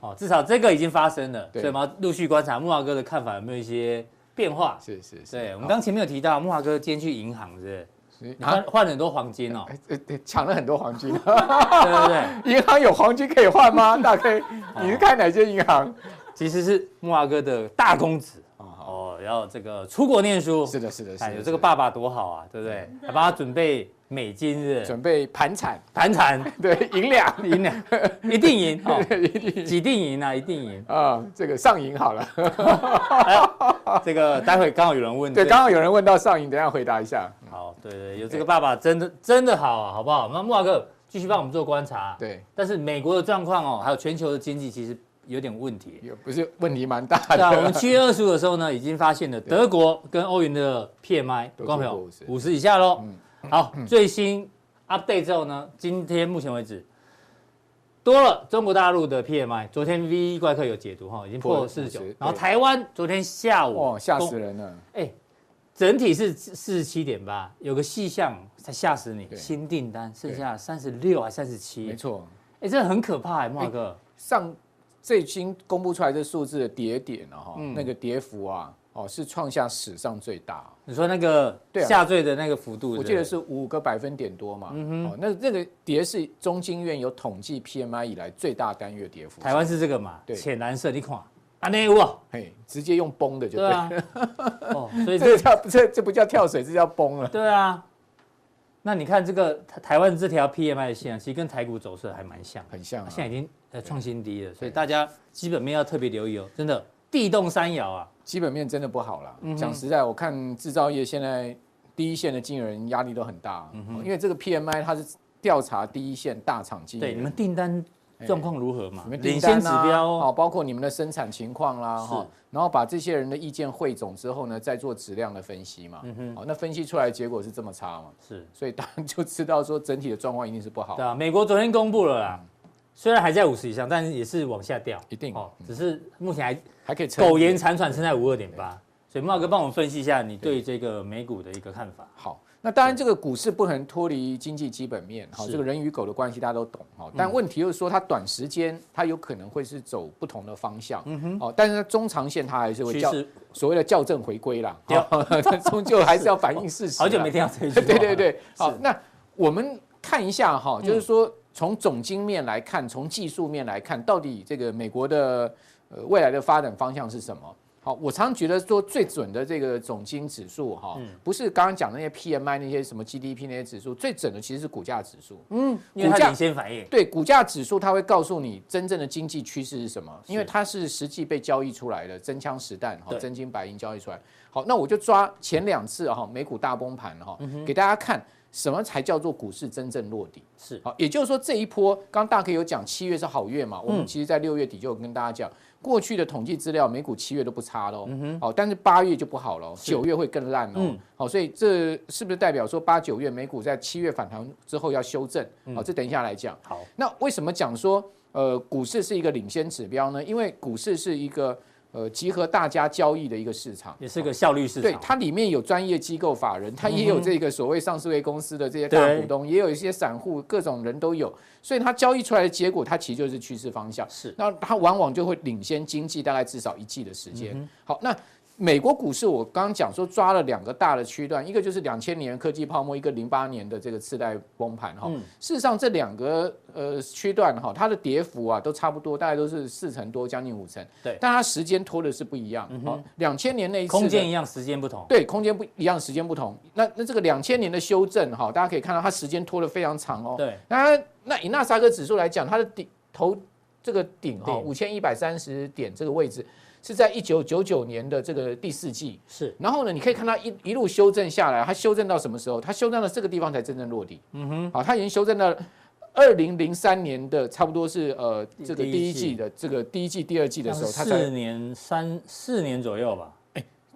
哦，至少这个已经发生了，对所以我们要陆续观察木华哥的看法有没有一些变化。是是是。对，我们刚前面有提到木华哥今天去银行，是不是？刚你换换了很多黄金 哦，啊哎哎哎抢了很多黄 金，对对对，银行有黄金可以换吗？大 K，你是看哪些银行？其实是木华哥的大公子哦，哦，然后这个出国念书，是的，是的，是哎，的，有是这个的爸爸多好啊，对不对？还帮他准备美金，是不是？准备盘产，盘缠 对，银两赢了，一定赢哦， 一定几定赢啊，一定赢。啊，这个上银好 了。这个待会刚好有人问，对，这刚刚有人问到上银，等一下回答一下。好，对对，有这个爸爸真的真的好啊，好不好？那木华哥继续帮我们做观察。，对，但是美国的状况哦，还有全球的经济其实有点问 题。有不是问题蛮大对啊，我的们。七月二十五的时候呢，已经发现了德国跟欧元的 PMI，都光朋超过友50五十以下喽。嗯好，最新 update 之后呢，今天目前为止多了中国大陆的 PMI，昨天 V 怪客有解读哈，已经破破四十九50，然后对台湾昨天下午 哦，吓公死人了！哎，整体是四十七点八，有个细项才吓死你，对新订单剩下三十六还三十没七，错，哎，这很可怕哎，莫哥，上最新公布出来的数字的跌点了哈，嗯那个跌幅啊，哦是创下史上最大。啊你说那个对啊下坠的那个幅度，对我不记对嗯得是五个百分点多嘛，哦，那这个跌是中经院有统计 PMI 以来最大单月跌幅，台湾是这个嘛，对浅蓝色，你看，啊那哇，嘿直接用崩的就对对， 啊，哦，所以这这个叫这这不叫跳水，这叫崩了。对啊，那你看这个台台湾这条 PMI 的线啊，其实跟台股走势还蛮像的，很像啊，现在已经呃创新低了，所以大家基本面要特别留意哦，真的地动山摇啊，基本面真的不好啦。嗯讲实在，我看制造业现在第一线的经理人压力都很大，啊嗯哦因为这个 PMI 它是调查第一线大厂经理对，人，你们订单状况如何嘛你？们领订先单指啊标哦哦，包括你们的生产情况啦，是哈，然后把这些人的意见汇总之后呢，再做质量的分析嘛，嗯好，那分析出来的结果是这么差嘛，是，所以当然就知道说整体的状况一定是不好对，啊，美国昨天公布了啦，虽然还在五十以上，但是也是往下掉，一定嗯哦，只是目前还还可以撑苟延一点残喘，撑在五二点八。所以茂哥帮我们分析一下你对这个美股的一个看法。好，那当然这个股市不可能脱离经济基本面，好，是嗯这个人与狗的关系大家都懂，好，但问题就是说它短时间它有可能会是走不同的方向，好，但是它中长线它还是会嗯趋校势所谓的校正回归啦，对好，它 终究还是要反映事实啦。好久没听到这一句 话。对对，对，好，那我们看一下哈，就是说从总经面来看，从技术面来看，到底这个美国的呃未来的发展方向是什么？好，我常觉得说最准的这个总经指数哈，不是刚刚讲的那些 PMI 那些什么 GDP 那些指数，最准的其实是股价指数。因为它股价领先反应。对，股价指数它会告诉你真正的经济趋势是什么，因为它是实际被交易出来的，真枪实弹哈，对真金白银交易出来。好，那我就抓前两次哈，美股大崩盘哈，给大家看什么才叫做股市真正落底。是好，也就是说这一波，刚刚大可有讲七月是好月嘛，我们其实在六月底就有跟大家讲，过去的统计资料，美股七月都不差喽，好，但是八月就不好喽，九月会更烂哦嗯，好，所以这是不是代表说八九月美股在七月反弹之后要修正？好，这等一下来讲。好，那为什么讲说呃股市是一个领先指标呢？因为股市是一个呃集合大家交易的一个市场，哦也是个效率市对场。嗯它里面有专业机构法人，它也有这个所谓上市位公司的这些大对股东，也有一些散户，各种人都有，所以它交易出来的结果，它其实就是趋势方向。是那它往往就会领先经济大概至少一季的时嗯间。好，那美国股市我刚刚讲说抓了两个大的区段，一个就是两千年科技泡沫，一个零八年的这个次贷崩盘嗯哈。事实上这两个呃区段哈，它的跌幅啊都差不多，大概都是四成多，将近五成。对嗯但它时间拖的是不一样。好，两千年那一次的空间一样，时间不同。对，空间不一样，时间不同。那那这个两千年的修正哈，大家可以看到它时间拖得非常长哦。对，那那以纳斯达克指数来讲，它的顶头这个顶哈顶五千一百三十点这个位置是在一九九九年的这个第四季。是然后呢，你可以看它一一路修正下来，它修正到什么时候？它修正到这个地方才真正落地。嗯哼，好，它已经修正到二零零三年的差不多是呃第这个第一第一季季的这个第一季、第二季的时候，它四才年三四年左右吧，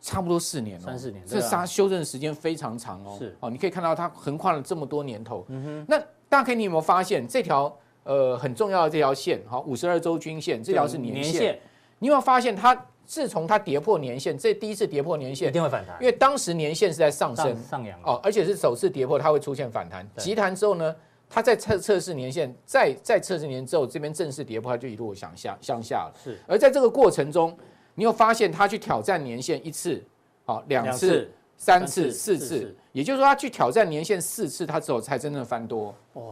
差不多四年哦，三四年这对啊它修正时间非常长哦。是哦，你可以看到它横跨了这么多年头。嗯哼，那大家你有没有发现这条呃很重要的这条线？好，五十二周均线这条是年线，你有没有发现它自从它跌破年线，这第一次跌破年一线，定会反弹，因为当时年线是在上升上上扬哦，而且是首次跌破，它会出现反弹。对急弹之后呢，它在测测试年线，再再测试年之后，这边正式跌破，它就一路向下向下了。是而在这个过程中，你有发现它去挑战年线一次，好、两次、三三次、次四四次次，也就是说它去挑战年线四次，它之后才真正翻多。哇，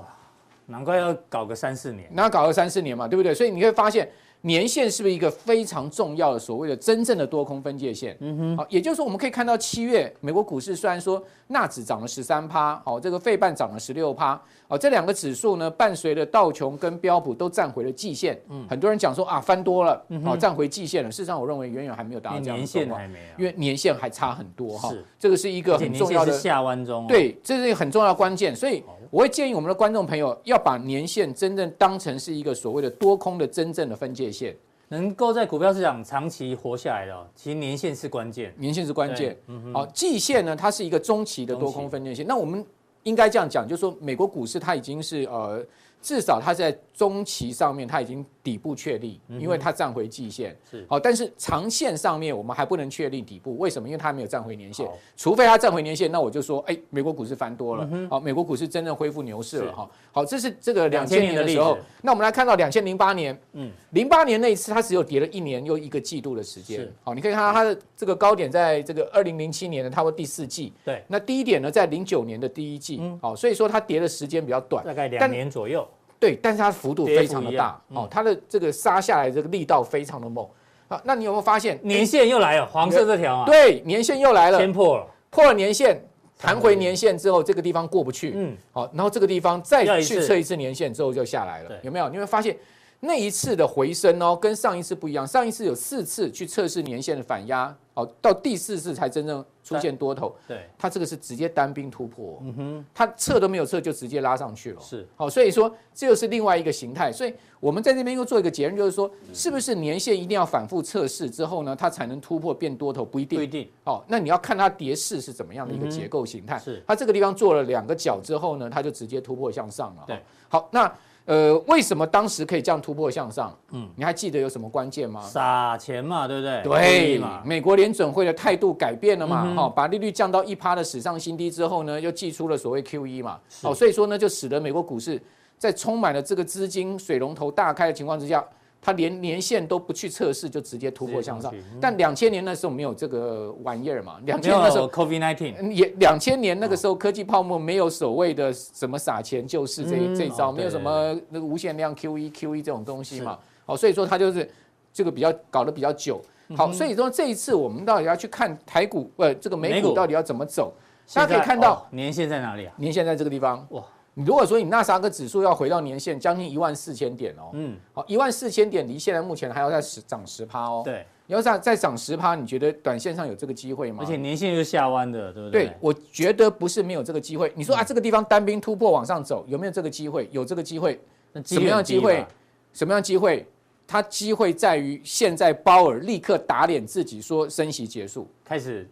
难怪要搞个三四年，那搞了三四年嘛，对不对？所以你会发现年线是不是一个非常重要的所谓的真正的多空分界线？嗯哼，好，也就是说我们可以看到七月美国股市虽然说纳指涨了十三趴，哦，这个费半涨了十六趴，哦，这两个指数呢伴随着道琼跟标普都站回了季线，嗯，很多人讲说啊翻多了，嗯哦，站回季线了，事实上我认为远远还没有达到连这样的年状限况，还没有，因为年限还差很多哈是，这个是一个而且很年重要限的是下弯中哦，对，这是一个很重要的关键，所以我会建议我们的观众朋友要把年限真正当成是一个所谓的多空的真正的分界线，能够在股票市场长期活下来的哦，其实年限是关键，年限是关键对。嗯好，季线呢，它是一个中期的多空分界线。那我们应该这样讲，就是说美国股市它已经是呃，至少它在中期上面它已经底部确立，因为它站回季线。嗯是好，但是长线上面我们还不能确立底部，为什么？因为它还没有站回年线好，除非它站回年线，那我就说，哎，美国股市翻多了，好，美国股市真正恢复牛市了嗯是哈。好，这是这个两2000千年年的的例时候子，那我们来看到两千零八年，嗯嗯，零八年那一次它只有跌了一年又一个季度的时间是，好，你可以看到它的这个高点在这个二零零七年的差不多第四季，对，嗯那低点呢在零九年的第一季，好，所以说它跌的时间比较短，大概但两年左右，对，但是它幅度非常跌的幅一大样，嗯哦，它的这个杀下来这个力道非常的猛啊。那你有没有发现哎年限又来了，黄色这条啊，对，年限又来了先，破了，破了年限，弹回年限之后，这个地方过不去，嗯，好，然后这个地方再要一去次测一次年限之后就下来了对，有没有？你会发现那一次的回升哦，跟上一次不一样，上一次有四次去测试年限的反压，哦，到第四次才真正出现多头，对，它这个是直接单兵突破，嗯哼，它测都没有测就直接拉上去了，是好，所以说这又是另外一个形态，所以我们在这边又做一个结论，就是说嗯是不是年限一定要反复测试之后呢，它才能突破变多头？不一不一定。定哦，那你要看它跌势是怎么样的一个结构形态。嗯是它这个地方做了两个角之后呢，它就直接突破向上了。对哦，好，那呃，为什么当时可以这样突破向上？嗯，你还记得有什么关键吗？撒钱嘛，对不对？故意啊对嘛，，嗯美国联准会的态度改变了嘛，哈、把利率降到一趴的史上新低之后呢，又祭出了所谓 QE 嘛，哦，所以说呢，就使得美国股市在充满了这个资金水龙头大开的情况之下，它连年线都不去测试，就直接突破向上直接上去。但两千年那时候没有这个玩意儿嘛，两嗯没千年那时候有 COVID nineteen，嗯，也两千年啊那个时候科技泡沫没有所谓的什么撒钱救市这一、嗯这一招，哦没有什对么那个无限量 QE QE E 这种东西嘛。好，所以说它就是这个比较搞得比较久。嗯好，所以说这一次我们到底要去看台股呃这个美美股股到底要怎么走？大家可以现在看到哦年限在哪里啊？年限在这个地方哇哇。你如果说你纳斯达克指数要回到年限将近一万四千点哦，嗯，好，一万四千点离现在目前还要再十涨十趴哦。，对，你要再再涨十趴，你觉得短线上有这个机会吗？而且年限又下弯的，对不哦嗯对，我觉得不是没有这个机会。你说啊，这个地方单兵突破往上走，有没有这个机会？有这个机会，那几什率么样的很低机会吧？什么样的机会？它机会在于现在鲍尔立刻打脸自己，说升息结束，开始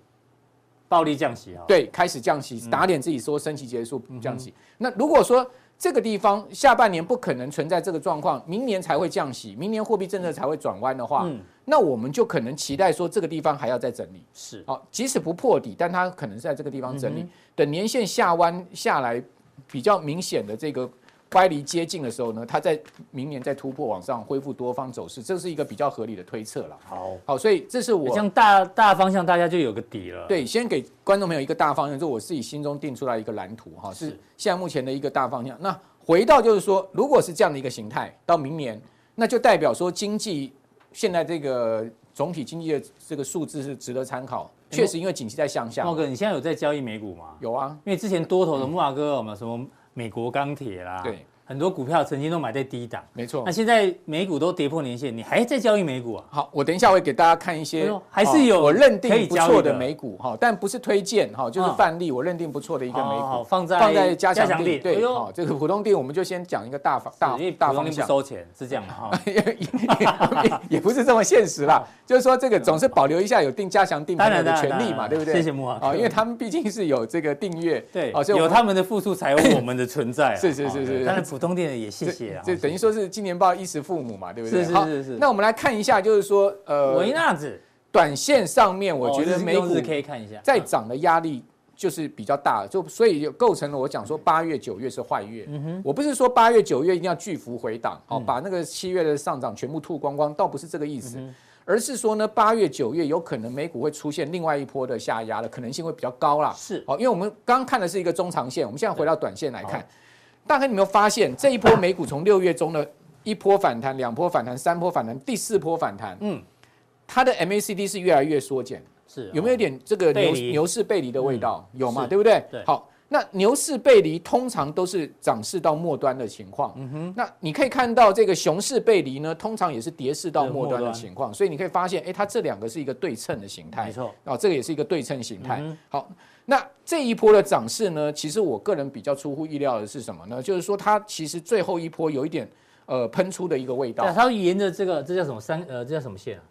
暴力降息啊？对，开始降息，打脸自己说升息结束，降嗯息。那如果说这个地方下半年不可能存在这个状况，明年才会降息，明年货币政策才会转弯的话嗯，那我们就可能期待说这个地方还要再整理。是，好，即使不破底，但它可能是在这个地方整理，嗯等年线下弯下来比较明显的这个乖离接近的时候呢，它在明年再突破往上恢复多方走势，这是一个比较合理的推测了。好，好，所以这是这我样大大方向大家就有个底了。，对先给观众朋友一个大方向，就是我自己心中定出来一个蓝图哈，是是现在目前的一个大方向。那回到就是说，如果是这样的一个形态，到明年，那就代表说经济现在这个总体经济的这个数字是值得参考。哎确实，因为景气在向下嘛，茂哥，你现在有在交易美股吗？有啊，因为之前多头的木华哥，我们什么美国钢铁啦，对，很多股票曾经都买在低档，没错那。现在美股都跌破年线，你还在交易美股啊？好，我等一下会给大家看一哎些呦，还是有哦我认可以定不交易错的的美股哈，但不是推荐哈，就是嗯范例，我认定不错的一个美哦股。放在放在加强力力，哎对，呦好，这个普通店我们就先讲一个大方大因为大普通方力不向，收钱是这样哦嘛？哈，也也 也不是这么现实 啦，就是说这个总是保留一下有定加强定当朋友然的当然权利当嘛，然对不对？谢谢木华 哦，因为他们毕竟是有这个订阅，对哦，，所以我有们他们的付出才有我们的存在啊。 是是是哦是对是当然普通店也谢这谢啊。这等于说是今年报衣食父母嘛，对不对？是是好是是那我们来看一下，就是说，呃，维纳子，短线上面，我觉哦日得美用股日 K 看一下，再涨的压力就是比较大，就所以就构成了我讲说八月九月是坏月。嗯我不是说八月九月一定要巨幅回档，哦，把那个七月的上涨全部吐光光，倒不是这个意嗯思。而是说呢，八月、九月有可能美股会出现另外一波的下压的可能性会比较高啦。是哦，因为我们刚刚看的是一个中长线，我们现在回到短线来看，大概你有没有发现这一波美股从六月中的一波反弹、两波反弹、三波反弹、第四波反弹，嗯嗯，它的 MACD 是越来越缩减，是哦有没有一点这个背牛离嗯牛市背离的味道？有嘛，是对不对？对好，那牛市背离通常都是涨势到末端的情况。嗯哼，那你可以看到这个熊市背离呢，通常也是跌势到对末端末端的情况，所以你可以发现，哎，它这两个是一个对称的形态。没错，哦，这个也是一个对称形态。嗯好，那这一波的涨势呢，其实我个人比较出乎意料的是什么呢？就是说它其实最后一波有一点呃喷出的一个味对啊？道，它沿着这个这叫什么三呃这叫什么线啊？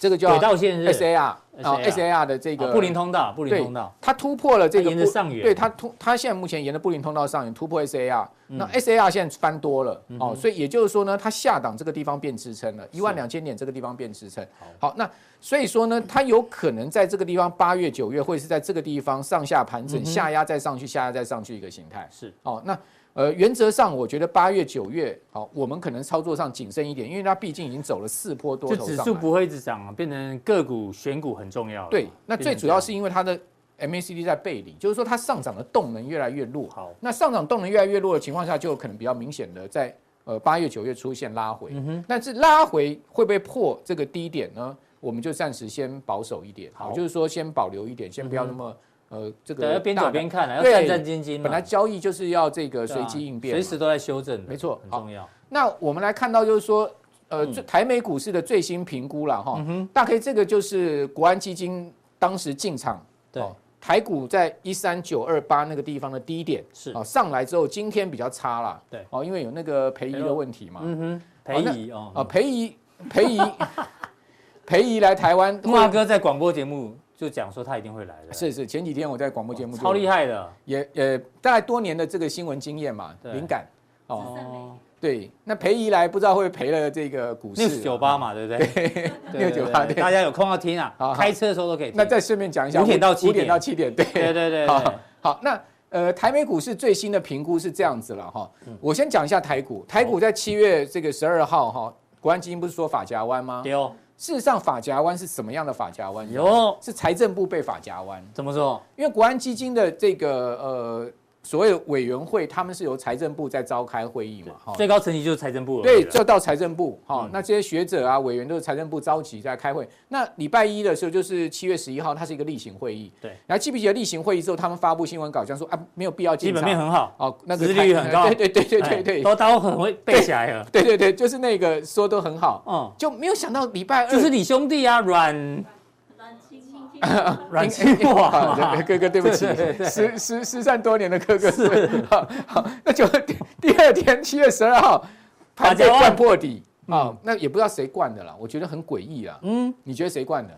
这个叫轨道线是 S A R 啊 SAR S A R 的这个哦布林通道，布林对通道，它突破了这个它沿着布上缘对它突它现在目前沿着布林通道上缘突破 SAR，、那嗯 SAR 现在翻多了、哦，所以也就是说呢，它下档这个地方变支撑了，一万两千点这个地方变支撑。好，那所以说呢，它有可能在这个地方八月九月会是在这个地方上下盘嗯整，下压再上去，下压再上去一个形态。是哦，那呃，原则上我觉得八月九月好、我们可能操作上谨慎一点，因为它毕竟已经走了四波多就头指上数来。不会一直涨啊，变成个股选股很重要了。对，那变最成主这要样是因为它的 MACD 在背离，就是说它上涨的动能越来越弱。好，那上涨动能越来越弱的情况下，就有可能比较明显的在呃八月、九月出现拉嗯回。但是拉回会不会破这个低点呢？我们就暂时先保守一点，好嗯就是说先保留一点，先不要那么、呃这对，个要边大走胆边看啊，要对战战兢兢嘛。本来交易就是要这个对啊随机应变嘛，随时都在修正的，没错很好重要。那我们来看到就是说，呃，嗯最台美股市的最新评估了哈，大概这个就是国安基金当时进场，对哦，台股在一三九二八那个地方的低点是哦，上来之后今天比较差啦，对哦，因为有那个裴仪的问题嘛，嗯哼，好裴那仪哦，啊，裴仪，裴仪， 裴仪来 台湾，木华哥在广播节目就讲说他一定会来的，哦是是，前几天我在广播节目就超厉，害的也也大概多年的这个新闻经验嘛，对灵感。哦，哦。对，那裴仪来不知道会不会赔了这个股市啊。六九八嘛，对不对？对对对698对大家有空要听啊好，好开车的时候都可以听。那再顺便讲一下， 5点到7点五点到七点，对对对对对好，好，那呃，台美股市最新的评估是这样子了哈。嗯我先讲一下台股，台股在七月这个十二号哈，国安基金不是说法夹湾吗？丢事实上，法夹湾是什么样的法夹湾？哟是财政部被法夹湾，怎么说？因为国安基金的这个呃所谓委员会，他们是由财政部在召开会议嘛，哈。最高层级就是财政部了。对，了就到财政部哈、嗯那这些学者啊、委员都是财政部召集在开会。那礼拜一的时候，就是七月十一号，它是一个例行会议。对然后记不记得例行会议之后，他们发布新闻稿，讲说啊，没有必要基进本场。面很好，哦，那个殖利率很高对对对对对对哎都都很会背起来了。对对对，就是那个说都很好，嗯，就没有想到礼拜二就是你兄弟啊，阮暖清清清，阮清华啊，嘛，哥哥，对不起对对，对失失失散多年的哥哥是好，好，那就第第二天七月十二号，大盘家被忘灌破底啊，那也不知道谁灌的啦，我觉得很诡异啦。嗯，你觉得谁灌的？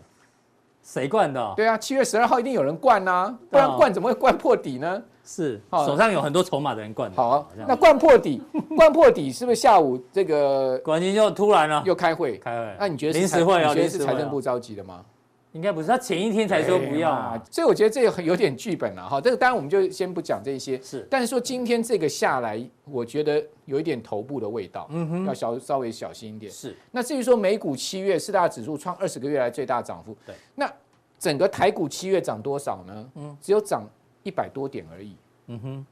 谁灌的？对啊，七月十二号一定有人灌啊，不然灌怎么会灌破底呢？是好手上有很多筹码的人灌的。好啊这，样那灌破底， 灌破底是不是下午这个管金就突然了，又开会？开会。那你觉得是啊临财时会啊？你觉得临是时会财啊政部召集的吗？应该不是，他前一天才说不啊要哎呀嘛。所以我觉得这个很有点剧本了啊哈。这个当然我们就先不讲这些，是但是说今天这个下来，我觉得有一点头部的味道，嗯哼要小稍微小心一点。是那至于说美股七月四大指数创二十个月来最大涨幅，对，那整个台股七月涨多少呢？嗯，只有涨一百多点而已。嗯哼，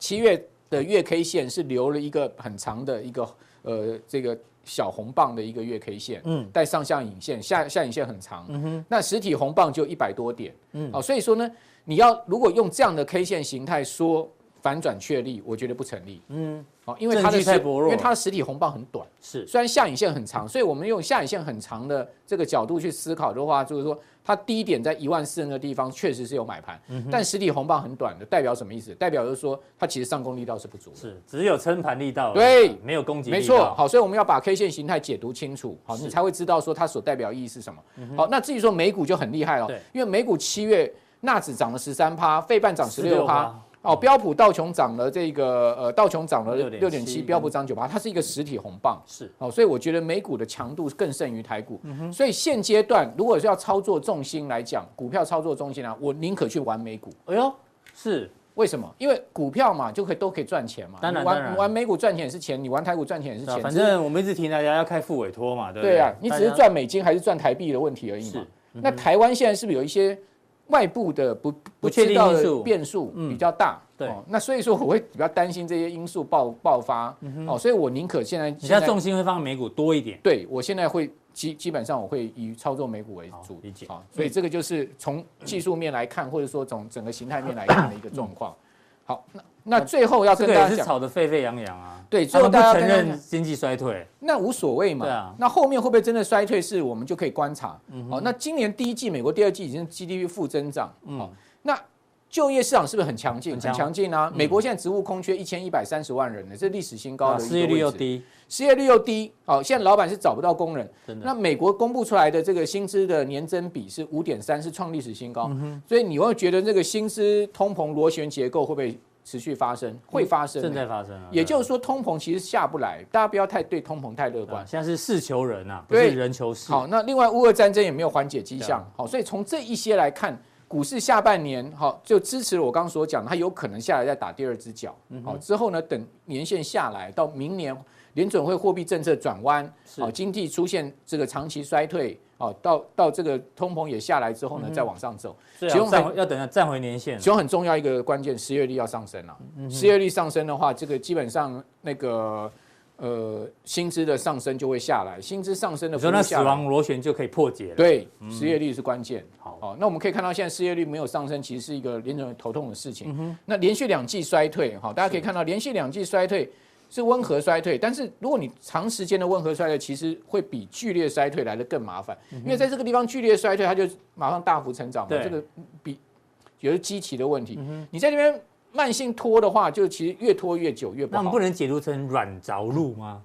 七月的月 K 线是留了一个很长的一个呃这个小红棒的一个月 K 线，嗯嗯，带上下影线，下下影线很长，嗯哼，那实体红棒就一百多点，哦嗯嗯，好，所以说呢，你要如果用这样的 K 线形态说反转确立，我觉得不成立。嗯，好，因为它证的据太实薄弱因为它的实体红棒很短，是虽然下影线很长，所以我们用下影线很长的这个角度去思考的话，就是说它低点在一万四那个地方确实是有买盘，但实体红棒很短的，代表什么意思？代表就是说它其实上攻力道是不足的。是，只有撑盘力道而已，啊对没有攻击力没道，错，好，所以我们要把 K 线形态解读清楚，好，是你才会知道说它所代表意义是什么。好，那至于说美股就很厉害了对，因为美股七月纳指涨了十三趴，费半涨十六趴16%，哦，标普道琼涨了这个呃道琼涨了六点6.7七，嗯标普涨九趴，它是一个实体红棒。是哦，所以我觉得美股的强度更胜于台股，嗯所以现阶段如果是要操作重心来讲，股票操作重心啊，我宁可去玩美股。哎呦，是为什么？因为股票嘛，就可以都可以赚钱嘛。当然你当然玩玩美股赚钱也是钱，你玩台股赚钱也是是啊钱，反只是正我们一直提大家要开副委托嘛，对不对啊，你只是大家赚美金还是赚台币的问题而已嘛是。嗯那台湾现在是不是有一些外部的不不不确知定道因素的变数嗯比较大？对哦，那所以说我会比较担心这些因素爆爆发。哦，所以我宁可现在嗯你现在在重心会放美股多一点，对我现在会基基本上我会以操作美股为主好，理解嗯好，所以这个就是从技术面来看，或者说从整个形态面来看的一个状况。好，那那最后要这跟个大也家是讲，吵得沸沸扬扬啊。对，他最后们不大家承跟大家讲认经济衰退，那无所谓嘛。对啊嗯那后面会不会真的衰退，是我们就可以观察。好、那今年第一季，美国第二季已经 GDP 负增长。好、那就业市场是不是很强劲？嗯很很强嗯强劲啊！美国现在职务空缺一千一百三十万人呢，这历史新高啊的一个失业率又位置，低，失业率又低。好、现在老板是找不到工人。真的那美国公布出来的这个薪资的年增比是五点三，是创历史新高。嗯所以你会觉得这个薪资通膨螺旋结构会不会持续发生？会发生、正在发生啊。也对就是说，通膨其实下不来，大家不要太对通膨太乐对啊观。现在是事求人啊，不对是人求事。好，那另外乌俄战争也没有缓解迹对象啊，好，所以从这一些来看，股市下半年好就支持我刚刚所讲的，它有可能下来再打第二只脚，嗯好之后呢，等年限下来到明年联准会货币政策转弯，是好经济出现这个长期衰退，好到到这个通膨也下来之嗯后呢，再往上走。最其好中站还回要等它站回年线啊，其中很重要一个关键，失业率要上升了。嗯失业率上升的话，这个基本上那个呃薪资的上升就会下来，薪资上升的你幅说度那死下来亡螺旋就可以破解了。对，失业率是关键。嗯好哦，那我们可以看到现在失业率没有上升，其实是一个联总会头痛的事嗯情。那连续两季衰退，好，大家可以看到连续两季衰退是温和衰退，但是如果你长时间的温和衰退，其实会比剧烈衰退来的更麻烦，因为在这个地方剧烈衰退，它就马上大幅成长嘛嗯对，嗯这个比也是基期的问题。你在这边慢性拖的话，就其实越拖越久越不那我们好不。能解读成软着陆吗？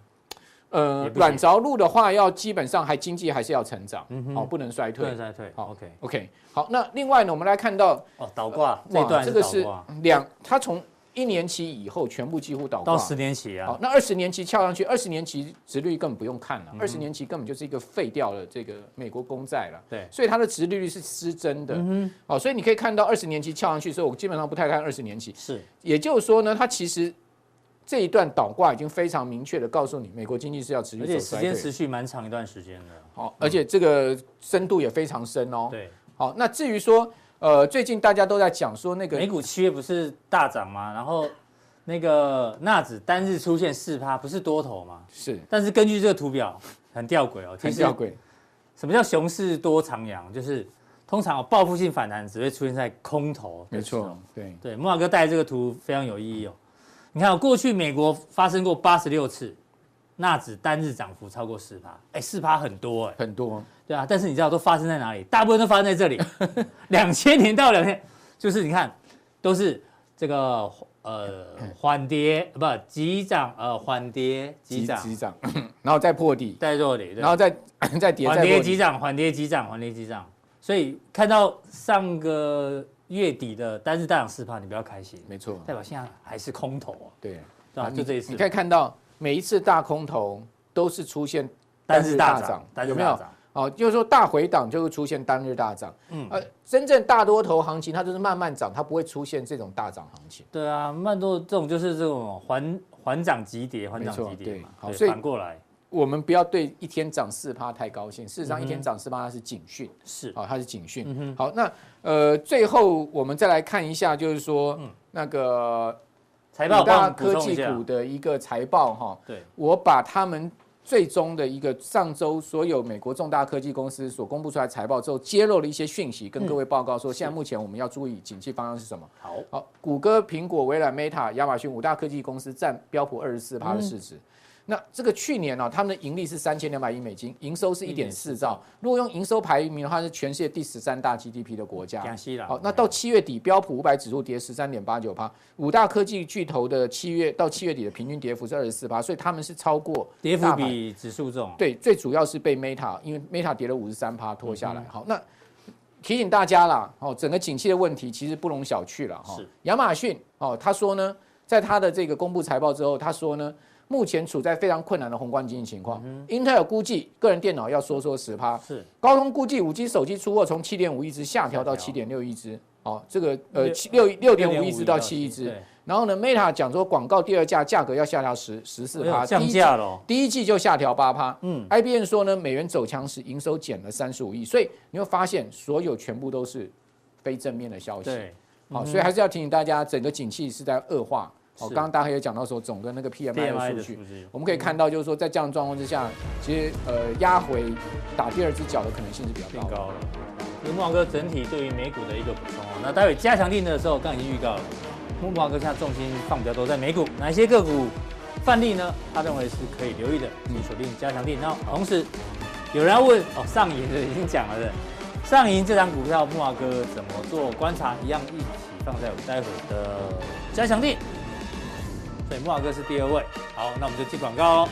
也呃，不行软着陆的话，要基本上还经济还是要成长，嗯哦，不能衰退对。对对好，OK。 OK，好，那另外呢，我们来看到哦，倒挂这一哇，段这是个倒是挂，两，它从一年期以后全部几乎倒挂到。十年起啊好，，那二十年期翘上去，二十年期殖率根本不用看嗯了，二十年期根本就是一个废掉了这个美国公债了。对嗯所以它的殖利率是失真的。好，所以你可以看到二十年期翘上去，所以我基本上不太看二十年期。是也就是说呢，它其实这一段倒挂已经非常明确的告诉你，美国经济是要持续而走且时衰间退持的。续蛮长一段时间的。好，而且这个深度也非常深哦。对，好，那至于说，呃，最近大家都在讲说那个美股七月不是大涨吗？然后那个纳指单日出现四趴，不是多头吗？是但是根据这个图表，很吊诡哦。其很实吊诡，什么叫熊市多长阳？就是通常、哦、报复性反弹只会出现在空头。没错，，对，对，木马哥带这个图非常有意义哦。你看、哦，过去美国发生过八十六次纳指单日涨幅超过四趴，哎，四趴很多哎。很多对啊，但是你知道都发生在哪里？大部分都发生在这里。 两千年到两千，就是你看，都是这个呃嗯缓跌，不急涨呃缓跌急涨，急涨，然后再破底，在这里，对然后再再跌缓再破跌急底，涨，缓跌急涨，缓跌急涨。所以看到上个月底的单日大涨四趴，你不要开心，没错，代表现在还是空头啊，对，对吧、你就这一次你可以看到每一次大空头都是出现单日大涨涨，，单日有没大有？涨，哦，就是说大回档就会出现单日大涨，嗯，呃，真正大多头行情它就是慢慢涨，它不会出现这种大涨行情。对啊，曼多这种就是这种缓缓涨急跌，缓涨没错急跌嘛对，好对所以反过来我们不要对一天涨四趴太高兴，事实上一天涨四趴它是警讯，是好、它是警讯。好，那呃，最后我们再来看一下，就是说、那个财报五大帮我们补科充一技下股的一个财报哈，对，我把他们最终的一个上周所有美国重大科技公司所公布出来财报之后，揭露了一些讯息，跟各位报告说，现在目前我们要注意景气方向是什么。嗯好，好，谷歌、苹果、微软、Meta、亚马逊五大科技公司占标普二十四嗯趴的市值。那这个去年呢、啊他们的盈利是三千两百亿美金，营收是一点四兆。如果用营收排名的话，是全世界第十三大 GDP 的国家。江西啦。好，那到七月底，标普五百指数跌十三点八九趴，五大科技巨头的七月到七月底的平均跌幅是二十四趴，所以他们是超过跌幅大盘比指数重，对，最主要是被 Meta，因为 Meta 跌了五十三趴拖嗯下来。好，那提醒大家啦，哦，整个景气的问题其实不容小觑了哈是。亚马逊哦，他说呢，在他的这个公布财报之后，他说呢，目前处在非常困难的宏观经济情况。嗯英特尔估计个人电脑要收缩十趴，是高通估计五 G 手机出货从七点五亿只下调到下七调点六亿只，哦，这个呃六七六六点五亿6.5只到七亿只。对然后呢，Meta 讲说广告第二价价格要下调十十四哎趴，呦降第一价了哦，第一季就下调八趴。嗯嗯，IBM 说呢，美元走强时营收减了三十五亿，所以你会发现所有全部都是非正面的消息。对，嗯好，所以还是要提醒大家，整个景气是在恶化。好，是刚刚大家也讲到说，总跟那个 PMI 的 PMI 数的据数，据我们可以看到就是说，在这样的状况之下，其实呃压回打第二只脚的可能性是比较变高的。高了。木华哥整体对于美股的一个补充哦，那待会加强定的时候，刚刚已经预告了，木华哥现在重心放比较多在美股，哪些个股范例呢？他认为是可以留意的，你锁定加强定。那同时有人要问哦，上银的已经讲了的，上银这张股票木华哥怎么做观察，一样一起放在我们待会的加强定。所以木华哥是第二位，好，那我们就进广告喽。哦